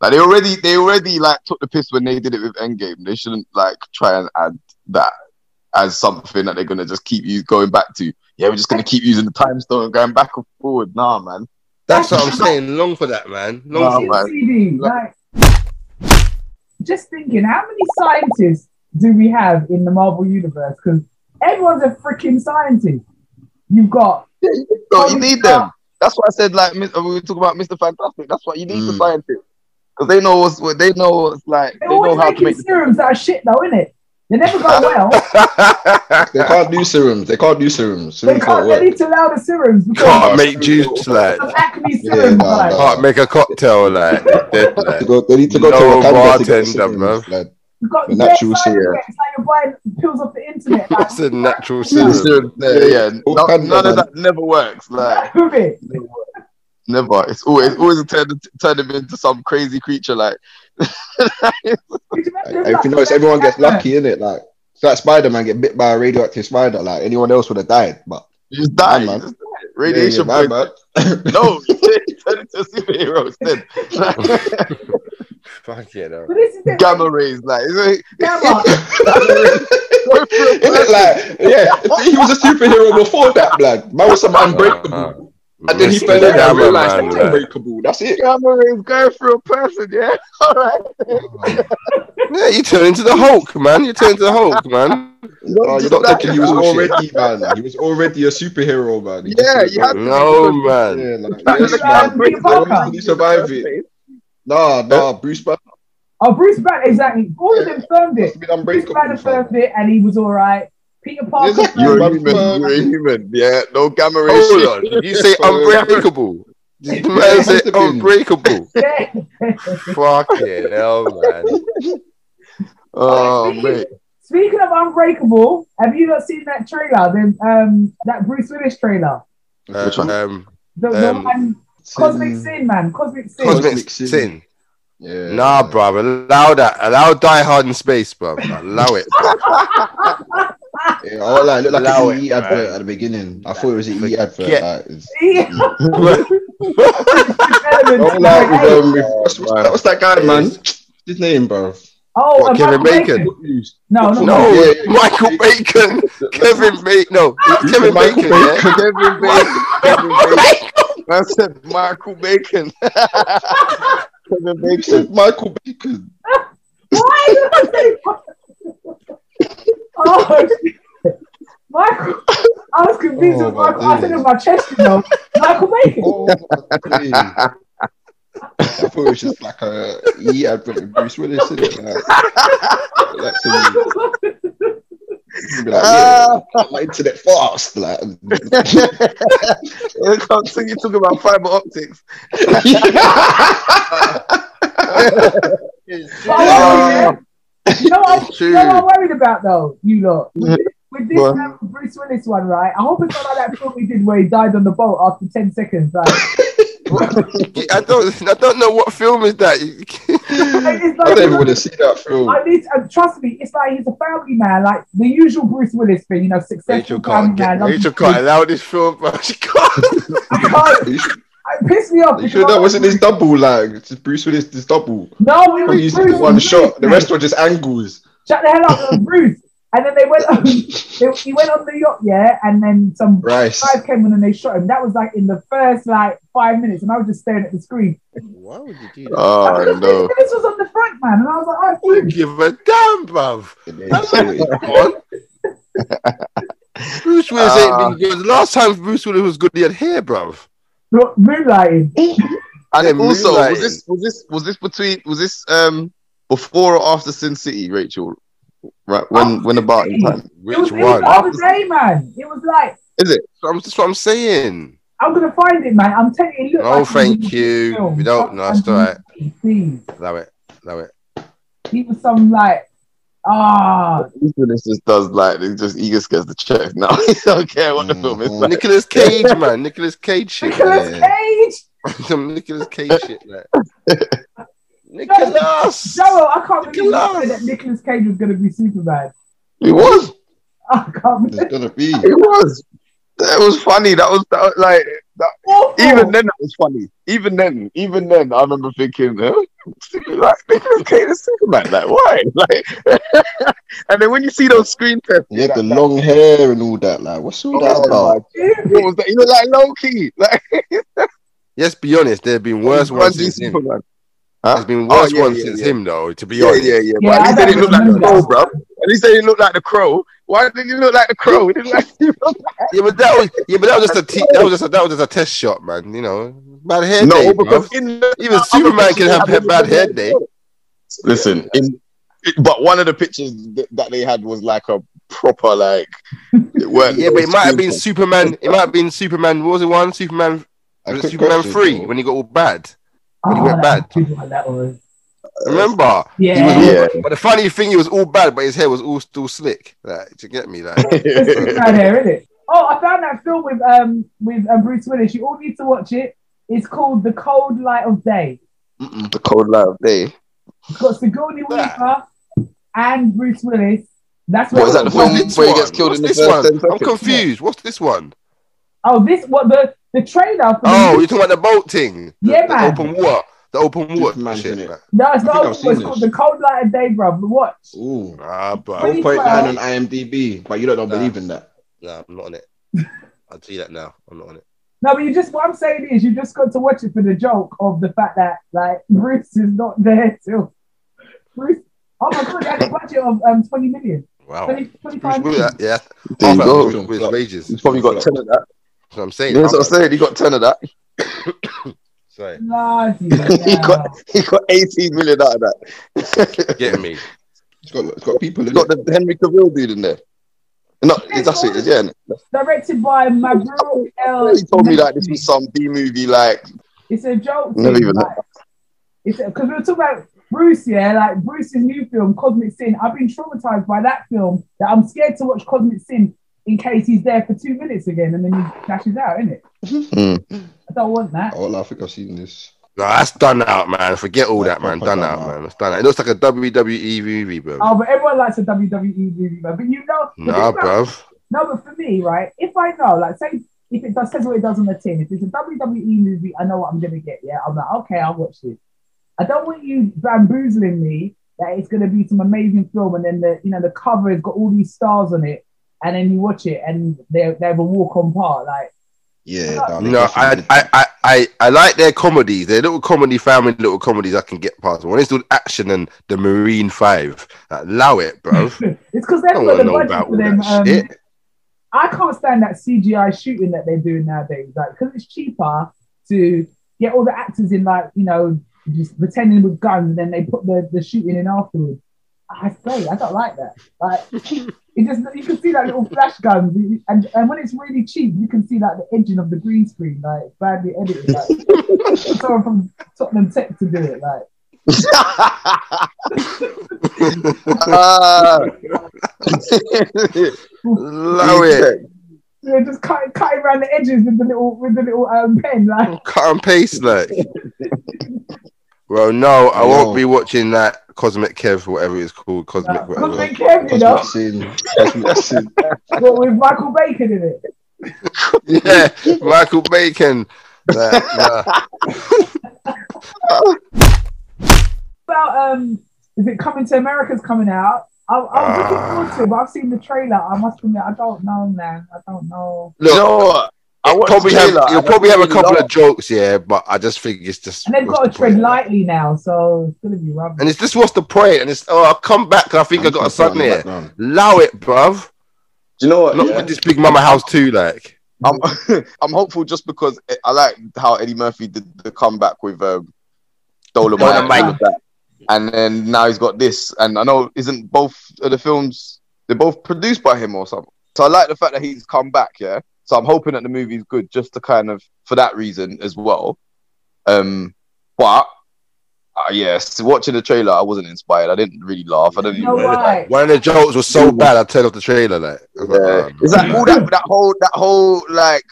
Speaker 4: like they already, they already like took the piss when they did it with Endgame. They shouldn't like try and add that as something that they're gonna just keep you going back to. Yeah, we're just gonna keep using the time stone and going back and forward. Nah, man.
Speaker 1: That's what I'm saying. Long for that, man. Long
Speaker 4: Nah,
Speaker 1: for
Speaker 4: man.
Speaker 2: CD, like, just thinking, how many scientists do we have in the Marvel universe? Because everyone's a freaking scientist. You've got
Speaker 4: So you need them. That's what I said. Like Mis- we talk about Mister Fantastic. That's what you need the
Speaker 3: Mm.
Speaker 4: scientists because they know what's what they know. What's like they
Speaker 2: They're
Speaker 4: know
Speaker 2: always
Speaker 4: how to
Speaker 2: making
Speaker 4: make. The-
Speaker 2: serums that are shit, though, innit? They never go well.
Speaker 1: that.
Speaker 3: They can't do serums. They can't do serums.
Speaker 2: they can't.
Speaker 3: Serums can't
Speaker 2: They
Speaker 3: work.
Speaker 2: need to allow the serums because
Speaker 1: Can't make juice like.
Speaker 2: of acne
Speaker 3: Yeah,
Speaker 2: serums.
Speaker 3: nah,
Speaker 2: like.
Speaker 3: nah.
Speaker 1: Can't make a cocktail like. Dead
Speaker 3: They,
Speaker 1: like.
Speaker 3: go, they need to go
Speaker 1: No
Speaker 3: to Wakanda to get the
Speaker 1: bartender,
Speaker 3: serums,
Speaker 1: bruv.
Speaker 3: lad.
Speaker 2: You've got
Speaker 3: The
Speaker 2: natural
Speaker 3: natural
Speaker 2: side
Speaker 3: serum.
Speaker 2: effects, like you're buying pills off the internet. Like, (laughs)
Speaker 1: That's a natural serum.
Speaker 4: Yeah, yeah. No-
Speaker 3: Wakanda,
Speaker 4: none of
Speaker 3: man.
Speaker 4: that never works. Like
Speaker 2: prove it.
Speaker 4: never. It's always always turn turn them into some crazy creature. Like
Speaker 2: Could you imagine
Speaker 3: Like, if you
Speaker 2: like,
Speaker 3: notice, everyone gets lucky, innit? Like, it's like Spider Man get bit by a radioactive spider. Like, anyone else would have died. But
Speaker 4: you just
Speaker 3: Yeah,
Speaker 4: die. you
Speaker 3: man.
Speaker 4: just die. Radiation.
Speaker 3: Yeah, yeah,
Speaker 4: poison.
Speaker 3: man,
Speaker 4: (laughs) No, you turn into superheroes. Then
Speaker 3: (laughs)
Speaker 1: Fuck yeah, no.
Speaker 2: But this is it.
Speaker 4: gamma rays. Like it's
Speaker 2: Gamma.
Speaker 4: like-
Speaker 3: (laughs) Innit? Like, yeah, he was a superhero before that, lad. Man was some unbreakable. And then he
Speaker 1: Mr.
Speaker 3: fell in and
Speaker 1: Uh, Gamma
Speaker 3: realized
Speaker 1: Man,
Speaker 3: that's
Speaker 1: like.
Speaker 3: unbreakable. That's it.
Speaker 4: gamma rays going through a person. Yeah. (laughs) All right.
Speaker 1: Yeah, you turn into the Hulk, man. You turn into the Hulk, man.
Speaker 3: Oh, you're
Speaker 4: Just
Speaker 3: not
Speaker 4: that-
Speaker 3: thinking he was
Speaker 1: that bullshit.
Speaker 3: already man. He was already a superhero man. He
Speaker 4: Yeah,
Speaker 3: just-
Speaker 4: you had-
Speaker 1: No, man.
Speaker 3: yeah, like, yes,
Speaker 4: That was
Speaker 2: Yeah,
Speaker 4: a gamma
Speaker 3: man.
Speaker 2: Peter
Speaker 4: ray.
Speaker 2: Parker.
Speaker 3: He survived it. Nah, nah, Bruce Banner
Speaker 2: Oh, Bruce Banner, exactly. All of them filmed
Speaker 3: must
Speaker 2: it.
Speaker 3: have been
Speaker 2: Bruce
Speaker 3: unbreakable.
Speaker 2: Banner
Speaker 3: fam.
Speaker 2: filmed it, and he was all right. Peter Parker.
Speaker 3: Exactly.
Speaker 2: filmed
Speaker 4: You're
Speaker 2: it.
Speaker 4: a human. You're a human. Yeah, no gamma rays.
Speaker 1: Hold on. You say unbreakable. The man said (laughs) unbreakable.
Speaker 2: Yeah.
Speaker 1: (laughs) Fuck yeah, no, man.
Speaker 4: Oh
Speaker 2: Speaking-
Speaker 4: mate.
Speaker 2: Speaking of Unbreakable, have you not seen that trailer? Then um, that Bruce Willis trailer.
Speaker 1: Uh,
Speaker 4: Which one?
Speaker 1: um,
Speaker 2: The, the
Speaker 1: Um,
Speaker 2: one,
Speaker 3: Hmm. mm.
Speaker 2: Cosmic Sin, man. Cosmic Sin.
Speaker 1: Cosmic
Speaker 3: Cosmic Sin.
Speaker 1: Sin.
Speaker 3: Yeah.
Speaker 1: Nah, bruv. Allow that. Allow Die Hard in space, bruv. Allow (laughs) it. bruv.
Speaker 3: Yeah, oh, like, look like
Speaker 1: Allow
Speaker 3: an
Speaker 1: it,
Speaker 3: E advert
Speaker 1: man.
Speaker 3: at the beginning. I thought it was an E advert.
Speaker 1: Forget-
Speaker 3: Like, it's-
Speaker 2: (laughs) Yeah.
Speaker 3: oh, like, with, um, with, what's, what's, that, what's that guy, man? What's his name, bro?
Speaker 2: Oh,
Speaker 1: What,
Speaker 2: uh,
Speaker 1: Kevin
Speaker 2: Michael
Speaker 1: Bacon?
Speaker 2: No, no,
Speaker 1: No,
Speaker 3: Yeah.
Speaker 1: Michael Bacon, Kevin Bacon, no, Kevin
Speaker 3: Michael
Speaker 1: Bacon. yeah?
Speaker 4: (laughs) Kevin Bacon. Kevin Bacon. I said Michael Bacon. Kevin
Speaker 3: He
Speaker 4: Bacon.
Speaker 3: said Michael Bacon.
Speaker 2: Why did I say Oh, shit. Michael. I was confused
Speaker 3: Oh,
Speaker 2: with Michael.
Speaker 3: my
Speaker 2: I said it
Speaker 3: days.
Speaker 2: with my chest, you know. Michael Bacon.
Speaker 3: Oh, my days. I thought it was just like a E advert with Bruce Willis. In it, like, like, to
Speaker 2: (laughs)
Speaker 3: me, be like, yeah,
Speaker 4: Ah,
Speaker 3: my internet fast. Like,
Speaker 4: here comes- so you talk about fiber optics.
Speaker 2: But I was- you
Speaker 1: (laughs)
Speaker 2: know what
Speaker 1: It's
Speaker 2: you
Speaker 1: true.
Speaker 2: know what I'm worried about though, you
Speaker 1: (laughs)
Speaker 2: lot? With this- With this
Speaker 4: Go on.
Speaker 2: um, Bruce Willis one, right? I hope it's not like that film we did where he died on the boat after 10 seconds.
Speaker 1: (laughs)
Speaker 2: Like,
Speaker 1: I don't. I don't know what film is that.
Speaker 2: like, it's
Speaker 3: I
Speaker 2: like-
Speaker 3: don't even want to see that film.
Speaker 2: I need to, and trust me, it's like he's a family man, like the usual Bruce Willis thing, you know, successful
Speaker 1: (laughs) Rachel can't
Speaker 2: family
Speaker 1: get.
Speaker 2: man. loves
Speaker 1: Rachel
Speaker 2: his
Speaker 1: can't
Speaker 2: kids.
Speaker 1: allow this film, bro. (laughs) She can't.
Speaker 2: I can't.
Speaker 3: You should,
Speaker 2: It pissed me off.
Speaker 3: you should
Speaker 2: because
Speaker 3: know,
Speaker 2: I-
Speaker 3: wasn't his double like it's Bruce Willis? This double.
Speaker 2: No,
Speaker 1: Oh,
Speaker 2: it
Speaker 3: He
Speaker 2: was
Speaker 3: used
Speaker 2: Bruce.
Speaker 3: one
Speaker 2: Willis,
Speaker 3: shot. The
Speaker 2: mate.
Speaker 3: rest were just angles.
Speaker 2: Shut the hell up, it was Bruce. And then they went
Speaker 1: (laughs)
Speaker 2: on, they, he went on the yacht, yeah, and then some
Speaker 3: Rice.
Speaker 2: guys came in and they shot him. That was like in the first like five minutes, and I was just staring at the screen.
Speaker 1: Why would you do
Speaker 4: Oh
Speaker 2: Because
Speaker 4: no.
Speaker 2: Bruce Willis was on the front, man, and I was like, oh,
Speaker 1: Don't
Speaker 2: dude.
Speaker 1: give a damn, bruv.
Speaker 3: And then he saw it.
Speaker 1: Come on. (laughs) Bruce Willis
Speaker 4: Ah.
Speaker 1: ain't been good. Last time Bruce Willis was good, he had hair, bruv.
Speaker 2: Look, moonlighting.
Speaker 4: And
Speaker 1: Yeah,
Speaker 4: also,
Speaker 1: moonlighting.
Speaker 4: was this was this was this between was this um before or after Sin City, Rachel? Right when
Speaker 2: After
Speaker 4: when
Speaker 2: Sin
Speaker 4: about in
Speaker 2: City.
Speaker 4: time
Speaker 2: It was,
Speaker 1: Which
Speaker 2: it was
Speaker 1: one?
Speaker 2: the other day, man. It was like
Speaker 4: is it?
Speaker 1: I'm, that's what I'm saying.
Speaker 2: I'm gonna find it, man. I'm telling you. It looked
Speaker 1: No,
Speaker 2: like
Speaker 1: thank you.
Speaker 2: film.
Speaker 1: We don't- no, it's
Speaker 2: Anthony
Speaker 1: alright.
Speaker 2: Mackie, Please,
Speaker 1: Love it. Love it.
Speaker 2: he was some like ah.
Speaker 4: Bruce Willis just does like he just he just gets the check (laughs) now. he don't care what the film is.
Speaker 3: Mhm.
Speaker 4: Like,
Speaker 1: Nicholas Cage,
Speaker 4: (laughs)
Speaker 1: man. Nicholas Cage shit.
Speaker 2: Nicolas
Speaker 3: yeah.
Speaker 2: Cage.
Speaker 1: (laughs) Some Nicholas Cage shit.
Speaker 4: (laughs)
Speaker 1: Like. Nicholas.
Speaker 2: Joel, I can't believe you
Speaker 1: Nicolas.
Speaker 2: said that Nicolas Cage was gonna be Superman. (laughs)
Speaker 4: it was
Speaker 2: I can't believe
Speaker 3: It's gonna be.
Speaker 4: it was that was funny. That was, that was like
Speaker 2: Awful.
Speaker 4: even then that was funny. Even then, even then, I remember thinking, huh? (laughs) like Nicholas Cage is Superman. Like why? (laughs) Like, (laughs) and then when you see those screen tests,
Speaker 3: He had the
Speaker 4: that- that-
Speaker 3: long hair and all that. Like, what's all that
Speaker 4: Oh,
Speaker 3: about?
Speaker 4: What was that? You look like Loki. Like
Speaker 1: Let's be honest. There have been
Speaker 4: (laughs)
Speaker 1: worse
Speaker 4: Grungy
Speaker 1: ones since him.
Speaker 4: Superman.
Speaker 1: There's been worse
Speaker 4: Oh, yeah,
Speaker 1: ones
Speaker 4: yeah,
Speaker 1: since
Speaker 4: yeah.
Speaker 1: him, though. To be
Speaker 4: Yeah,
Speaker 1: honest.
Speaker 4: yeah, yeah. But
Speaker 2: Yeah,
Speaker 4: at least
Speaker 2: I
Speaker 4: they didn't look like the
Speaker 2: remember
Speaker 4: crow,
Speaker 2: that.
Speaker 4: bro. At least they didn't look like the crow. Why did you look like the (laughs) crow? It didn't like
Speaker 1: Yeah, but that was yeah, but that was just a te- that was just a, that was just a test shot, man. You know, bad hair
Speaker 4: no,
Speaker 1: day,
Speaker 4: because
Speaker 1: bruv.
Speaker 4: in the,
Speaker 1: Even Superman can have a bad hair day.
Speaker 4: Listen, in, but one of the pictures th- that they had was like a proper (laughs) like. It weren't-
Speaker 1: Yeah, but it might have been Superman. It might have been Superman. What was it one? Superman.
Speaker 3: A
Speaker 1: Was it
Speaker 3: quick
Speaker 1: Superman
Speaker 3: question,
Speaker 1: three
Speaker 3: though.
Speaker 1: when he got all bad.
Speaker 2: Oh,
Speaker 1: went
Speaker 2: that was good one, That was.
Speaker 1: Remember? He was
Speaker 2: Yeah.
Speaker 1: all,
Speaker 4: Yeah.
Speaker 1: But the funny thing, he was all bad, but his hair was all still slick. Like, to get me, like
Speaker 2: It's Superman hair, isn't it? Oh, I found that film with um with um, Bruce Willis. You all need to watch it. It's called The Cold Light of Day.
Speaker 3: Mm-mm.
Speaker 4: the cold light of day.
Speaker 2: It's got Sigourney
Speaker 1: Yeah.
Speaker 2: Weaver and Bruce Willis. That's
Speaker 4: (laughs) What
Speaker 2: where
Speaker 4: is that, the
Speaker 1: What's
Speaker 4: film
Speaker 1: this
Speaker 4: where he
Speaker 1: one?
Speaker 4: gets killed in the
Speaker 1: What's
Speaker 4: first 10
Speaker 1: this one? I'm
Speaker 4: seconds?
Speaker 1: confused. What's this one?
Speaker 2: Oh, this what the the trailer for the
Speaker 1: Oh, you're talking about the boat thing? The-
Speaker 2: Yeah,
Speaker 1: the,
Speaker 2: man.
Speaker 1: open water. The open water
Speaker 3: Superman's in
Speaker 1: shit.
Speaker 3: it.
Speaker 1: man.
Speaker 2: no, it's
Speaker 3: I
Speaker 2: not
Speaker 3: think I've
Speaker 2: open,
Speaker 3: seen
Speaker 2: it's
Speaker 3: this.
Speaker 2: called the Cold Light of Day, bro. But watch.
Speaker 3: Ooh.
Speaker 1: Ah, bro.
Speaker 2: Pretty-
Speaker 3: 1.9 on IMDb, but you lot don't
Speaker 1: Nah.
Speaker 3: believe in that.
Speaker 1: Nah, I'm not on it. I'll see that now. I'm not on it.
Speaker 2: No, but you just what I'm saying is you just got to watch it for the joke of the fact that like (laughs) Bruce is not there till Bruce. Oh my god, they had a budget of um 20 million.
Speaker 1: Wow.
Speaker 2: 20,
Speaker 1: Bruce
Speaker 2: 25
Speaker 1: Willis,
Speaker 2: million.
Speaker 1: yeah,
Speaker 4: There Oh, you
Speaker 1: half of
Speaker 4: go.
Speaker 1: that Bruce Willis rages.
Speaker 4: He's probably got ten of that.
Speaker 1: That's what I'm saying.
Speaker 4: You know what I'm
Speaker 1: Half of
Speaker 4: saying? He got ten of (laughs) that.
Speaker 1: that- Sorry,
Speaker 2: Bloody
Speaker 4: he
Speaker 2: hell.
Speaker 4: got he got eighteen million out of
Speaker 1: (laughs)
Speaker 4: that. (laughs)
Speaker 1: get me.
Speaker 3: It's got, it's got people
Speaker 4: He
Speaker 3: in
Speaker 4: got
Speaker 3: it.
Speaker 4: the (laughs) Henry Cavill dude in there. No, that's it. Yeah, isn't it?
Speaker 2: Directed by Mabrouk El.
Speaker 4: he told me like this was some B movie. Like
Speaker 2: It's a joke.
Speaker 4: Never
Speaker 2: thing,
Speaker 4: even
Speaker 2: like, It's because we were talking about Bruce, yeah, like Bruce's new film, Cosmic Sin. I've been traumatized by that film that I'm scared to watch Cosmic Sin in case he's there for two minutes again and then he dashes out, innit?
Speaker 4: Mm.
Speaker 2: I don't want that.
Speaker 3: Oh, I think I've seen this.
Speaker 1: No, that's done out, man. Forget all that, man. Done out, man. It's done out. It looks like a WWE movie, bro.
Speaker 2: Oh, but everyone likes a WWE E movie, man. But you know, but
Speaker 1: Nah,
Speaker 2: this-
Speaker 1: bruv.
Speaker 2: no, but for me, right? If I know, like, say if it does says what it does on the tin, if it's a WWE movie, I know what I'm gonna get. Yeah, I'm like, okay, I'll watch this. I don't want you bamboozling me that it's gonna be some amazing film, and then the you know the cover has got all these stars on it, and then you watch it and they they have a walk on part. Like,
Speaker 3: Yeah, nah, they
Speaker 1: No, I,
Speaker 3: definitely-
Speaker 1: I, I, I, I like their comedies. Their little comedy, family little comedies I can get past. When it's called Action and the Marine Five, allow it, bro.
Speaker 2: (laughs) It's because
Speaker 1: I
Speaker 2: they've
Speaker 1: don't
Speaker 2: got
Speaker 1: want
Speaker 2: the
Speaker 1: to know
Speaker 2: budget
Speaker 1: about
Speaker 2: for
Speaker 1: all
Speaker 2: them.
Speaker 1: that
Speaker 2: Um,
Speaker 1: shit.
Speaker 2: I can't stand that CGI shooting that they're doing nowadays. Like, because it's cheaper to get all the actors in, like, you know, just pretending with guns, and then they put the, the shooting in afterwards. I say, I don't like that. Like, it just you can see that little flash gun, and, and when it's really cheap, you can see like the edging of the green screen, like badly edited. Like, someone from Tottenham Tech to do it. Like,
Speaker 4: (laughs) Ah.
Speaker 1: Allow it.
Speaker 2: they're just cutting cutting around the edges with the little with the little um, pen. Like,
Speaker 1: Cut and paste,
Speaker 2: (laughs)
Speaker 1: like. Well, no, I
Speaker 3: Yo.
Speaker 1: won't be watching that Cosmic Kev, whatever it's called, Cosmic
Speaker 2: like,
Speaker 1: whatever.
Speaker 2: Cosmic Kev, you
Speaker 3: That's
Speaker 2: know,
Speaker 3: not seen. That's not seen.
Speaker 2: but with Michael Bacon in it.
Speaker 1: (laughs) yeah, Michael Bacon. Like,
Speaker 2: (laughs)
Speaker 1: nah.
Speaker 2: about um is it coming to America's coming out? I, I'm looking
Speaker 4: Ah.
Speaker 2: forward to it, but I've seen the trailer. I must admit, I don't know, man. I don't know.
Speaker 4: Look,
Speaker 1: Look,
Speaker 4: I
Speaker 1: You'll
Speaker 4: watched
Speaker 1: probably
Speaker 4: the
Speaker 1: have,
Speaker 4: trailer
Speaker 1: you'll
Speaker 4: and I
Speaker 1: probably have a
Speaker 4: really
Speaker 1: couple
Speaker 4: laughed.
Speaker 1: of jokes, yeah, but I just think it's just.
Speaker 2: And they've
Speaker 1: what's
Speaker 2: got to
Speaker 1: the
Speaker 2: tread
Speaker 1: point?
Speaker 2: lightly now, so it's gonna be rubbish.
Speaker 1: And it's just what's the point? And it's oh, I'll come back 'cause I think I got a son here.
Speaker 3: Background.
Speaker 1: Allow it, bruv.
Speaker 4: Do you know what?
Speaker 1: Not
Speaker 4: yeah?
Speaker 1: with this big mama house too, like.
Speaker 4: I'm I'm (laughs) hopeful just because it- I like how Eddie Murphy did the comeback with um, Dolomite,
Speaker 1: Dolomite.
Speaker 4: And, all of that. and then now he's got this, and I know isn't both of the films they're both produced by him or something. So I like the fact that he's come back, yeah. So I'm hoping that the movie's good, just to kind of for that reason as well. Um, but uh, yes, watching the trailer, I wasn't inspired. I didn't really laugh. I didn't.
Speaker 2: You know
Speaker 4: Even
Speaker 2: why?
Speaker 1: One of the jokes was so bad, I turned off the trailer, like. I was like,
Speaker 4: yeah.
Speaker 1: oh,
Speaker 4: It's like all
Speaker 1: (laughs)
Speaker 4: that that whole that whole like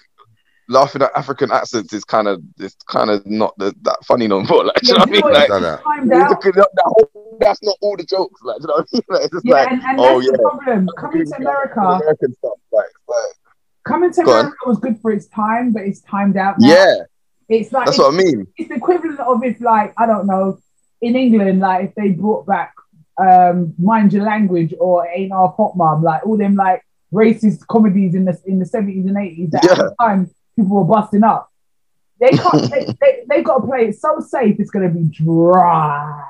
Speaker 4: laughing at African accents is kind of it's kind of not the, that funny no more. (laughs) Like, do you know what I mean?
Speaker 1: I've
Speaker 4: Like,
Speaker 1: done that.
Speaker 2: Timed
Speaker 4: you
Speaker 2: out.
Speaker 4: look at that, that whole, that's not all the jokes. Like, do you know what I mean? (laughs) Like, it's just
Speaker 2: Yeah,
Speaker 4: like
Speaker 2: and, and
Speaker 4: oh,
Speaker 2: that's the
Speaker 4: yeah.
Speaker 2: problem. Coming to America,
Speaker 4: American stuff. Like, like,
Speaker 2: coming to
Speaker 4: Go on.
Speaker 2: America was good for its time, but it's timed out now.
Speaker 4: yeah,
Speaker 2: it's like it's,
Speaker 4: that's what I mean.
Speaker 2: it's the equivalent of if, like, I don't know, in England, like if they brought back um, Mind Your Language or Ain't Our Pop Mom, like all them like racist comedies in the in the seventies and eighties that at
Speaker 4: Yeah.
Speaker 2: the time people were busting up. They can't.
Speaker 4: (laughs)
Speaker 2: they, they they got to play it so safe. It's gonna be dry.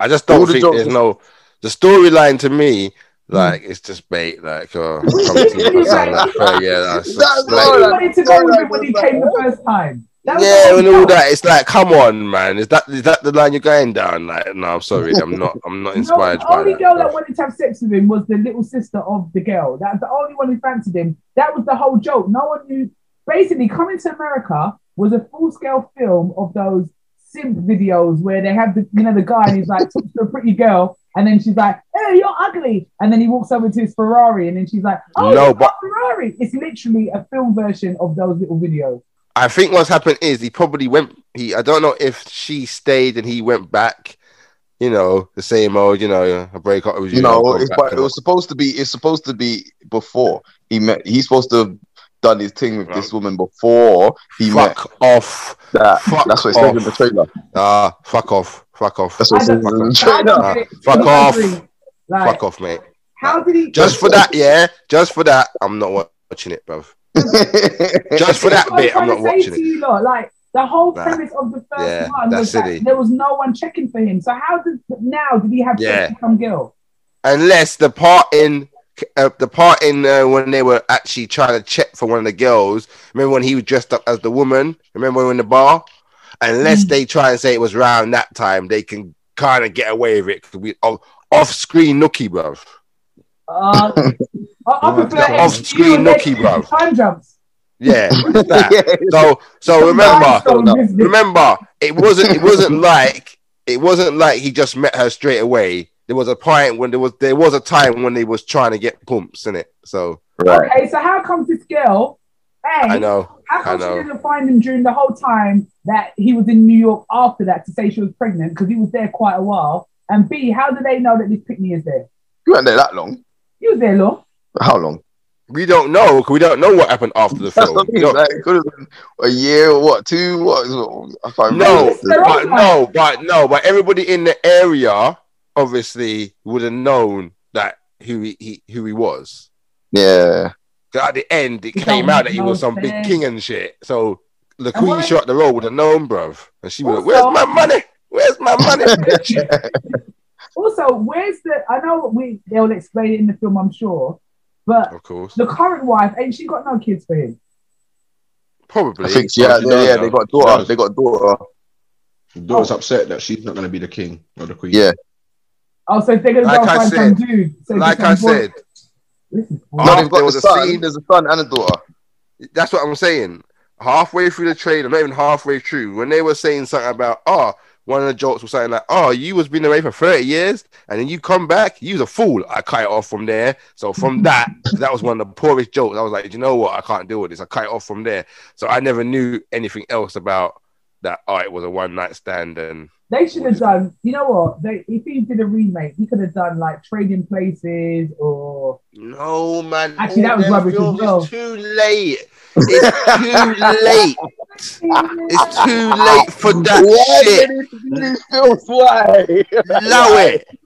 Speaker 1: I just
Speaker 4: All
Speaker 1: don't
Speaker 4: the
Speaker 1: think
Speaker 4: jokes
Speaker 1: there's
Speaker 4: was-
Speaker 1: no. The storyline to me, like, it's just bait. Like,
Speaker 2: (laughs)
Speaker 1: oh, I'm coming to you, my son, like, oh, yeah, that's,
Speaker 4: That's
Speaker 1: like,
Speaker 4: all
Speaker 2: He
Speaker 4: like-
Speaker 2: wanted to go with
Speaker 4: like,
Speaker 2: it when he
Speaker 4: like,
Speaker 2: came the first time. That was the
Speaker 1: yeah,
Speaker 2: whole
Speaker 1: and all
Speaker 2: joke.
Speaker 1: that. It's like, come on, man. Is that is that the line you're going down? Like, no, I'm sorry, I'm not. I'm not inspired
Speaker 2: (laughs) no, the
Speaker 1: by
Speaker 2: only
Speaker 1: that.
Speaker 2: girl that
Speaker 1: stuff.
Speaker 2: wanted to have sex with him was the little sister of the girl. That's the only one who fancied him. That was the whole joke. No one knew. Basically, Coming to America was a full scale film of those simp videos where they have the you know the guy and he's like talks to a pretty girl and then she's like, "Hey, you're ugly," and then he walks over to his Ferrari and then she's like, "Oh,
Speaker 1: No,
Speaker 2: no,
Speaker 1: but-
Speaker 2: Ferrari." It's literally a film version of those little videos.
Speaker 1: I think what's happened is he probably went. He I don't know if she stayed and he went back. You know, the same old. You know, I break up with you. I'll
Speaker 4: no,
Speaker 1: come
Speaker 4: it's,
Speaker 1: back
Speaker 4: but it
Speaker 1: to
Speaker 4: was supposed to be. It's supposed to be before he met. He's supposed to have done his thing with this woman before he met
Speaker 1: fuck off.
Speaker 4: that.
Speaker 1: fuck
Speaker 4: Uh, that's what it says in the
Speaker 1: off.
Speaker 4: trailer.
Speaker 1: Ah, fuck off. Fuck off.
Speaker 4: That's what it
Speaker 2: I
Speaker 4: says in the
Speaker 1: don't-
Speaker 2: I
Speaker 4: trailer.
Speaker 2: don't
Speaker 1: Nah,
Speaker 2: get it.
Speaker 1: fuck off.
Speaker 2: Like,
Speaker 1: Fuck off, mate.
Speaker 2: How did he
Speaker 1: Just for that, yeah. Just for that, I'm not watching it, bruv.
Speaker 4: (laughs)
Speaker 1: Just for that
Speaker 2: That's what
Speaker 1: bit, I'm
Speaker 2: trying
Speaker 1: not
Speaker 2: to say
Speaker 1: watching
Speaker 2: to
Speaker 1: it.
Speaker 2: you lot, like the whole
Speaker 1: Nah.
Speaker 2: premise of the first
Speaker 1: Yeah,
Speaker 2: one
Speaker 1: that's
Speaker 2: was that
Speaker 1: silly.
Speaker 2: there was no one checking for him. So how did now did he have
Speaker 1: Yeah.
Speaker 2: sex with some girl?
Speaker 1: unless the part in uh, the part in uh, when they were actually trying to check for one of the girls. Remember when he was dressed up as the woman? Remember when we were in the bar? Unless
Speaker 2: Mm.
Speaker 1: they try and say it was round that time, they can kind of get away with it. 'cause we off, off screen nookie, bruv. (laughs)
Speaker 2: Uh, I, I
Speaker 3: Oh,
Speaker 2: prefer
Speaker 3: that
Speaker 1: off-screen
Speaker 2: you and then
Speaker 1: nookie, bro.
Speaker 2: Time jumps.
Speaker 1: Yeah. that.
Speaker 4: Yeah.
Speaker 1: So so remember,
Speaker 2: Mind-blowing
Speaker 4: no.
Speaker 2: business.
Speaker 1: remember it wasn't it wasn't like it wasn't like he just met her straight away. There was a point when there was there was a time when they was trying to get pumps in it. So
Speaker 4: Right.
Speaker 2: Okay, so how comes this girl? Hey,
Speaker 1: I know.
Speaker 2: how come
Speaker 1: I know.
Speaker 2: she didn't find him during the whole time that he was in New York after that to say she was pregnant because he was there quite a while? And B, how do they know that this Pitney is there?
Speaker 4: You weren't there that long.
Speaker 2: You was there, Lord.
Speaker 4: How long?
Speaker 1: We don't know. 'cause We don't know what happened after the
Speaker 4: (laughs) That's
Speaker 1: film.
Speaker 4: what I
Speaker 1: We
Speaker 4: mean.
Speaker 1: don't-
Speaker 4: Like, it could have been a year or what? Two? What? is it? I can't
Speaker 1: no,
Speaker 4: remember.
Speaker 2: They're
Speaker 1: but
Speaker 2: all
Speaker 1: no, but no, but everybody in the area obviously would have known that who he, he who he was.
Speaker 4: Yeah.
Speaker 1: 'Cause at the end, it
Speaker 2: It
Speaker 1: came
Speaker 2: don't
Speaker 1: out that
Speaker 2: make
Speaker 1: he
Speaker 2: no
Speaker 1: was some big
Speaker 2: sense.
Speaker 1: king and shit. So the queen
Speaker 2: why-
Speaker 1: shot the roll with a gnome, bruv. And she was like,
Speaker 2: Also-
Speaker 1: Where's my money? Where's my
Speaker 4: (laughs)
Speaker 1: money, bitch?
Speaker 2: (laughs) Also, where's the? I know we they'll explain it in the film, I'm sure, but
Speaker 1: of course.
Speaker 2: the current wife ain't she got no kids for him?
Speaker 1: Probably.
Speaker 4: I think yeah,
Speaker 3: She
Speaker 4: they, yeah,
Speaker 1: Oh, does,
Speaker 4: they
Speaker 1: though.
Speaker 4: got a daughter.
Speaker 3: She
Speaker 4: They got a daughter.
Speaker 3: The daughter's upset that she's not going to be the king or the queen.
Speaker 4: Yeah.
Speaker 2: Oh, so if they're gonna
Speaker 1: Like
Speaker 2: go
Speaker 1: I
Speaker 2: find
Speaker 1: said-
Speaker 2: some dude. So
Speaker 1: Like
Speaker 2: just
Speaker 1: I
Speaker 2: some boy-
Speaker 1: said,
Speaker 2: This is
Speaker 1: Oh,
Speaker 4: No,
Speaker 1: Half-
Speaker 4: they've got
Speaker 1: there
Speaker 4: a
Speaker 1: was a
Speaker 4: son.
Speaker 1: scene-
Speaker 4: There's a son and a daughter.
Speaker 1: That's what I'm saying. Halfway through the trailer, not even halfway through, when they were saying something about, oh, one of the jokes was saying like, oh, you was been away for 30 years and then you come back, you was a fool. I cut it off from there. So
Speaker 2: (laughs)
Speaker 1: from that, that was one of the poorest jokes. I was like, you know what? I can't deal with this. I cut it off from there. So I never knew anything else about that. Oh, it was a one night stand and
Speaker 2: They should have done. You know what? They, if he did a remake, he could have done like Trading Places or
Speaker 1: no man.
Speaker 2: Actually, that
Speaker 1: all
Speaker 2: was
Speaker 1: them
Speaker 2: rubbish as
Speaker 1: films is
Speaker 2: well.
Speaker 1: too
Speaker 2: (laughs)
Speaker 1: late. It's too late. Ah, It's too late for that
Speaker 4: Why
Speaker 1: shit.
Speaker 4: did he do these films? Why?
Speaker 1: Allow it.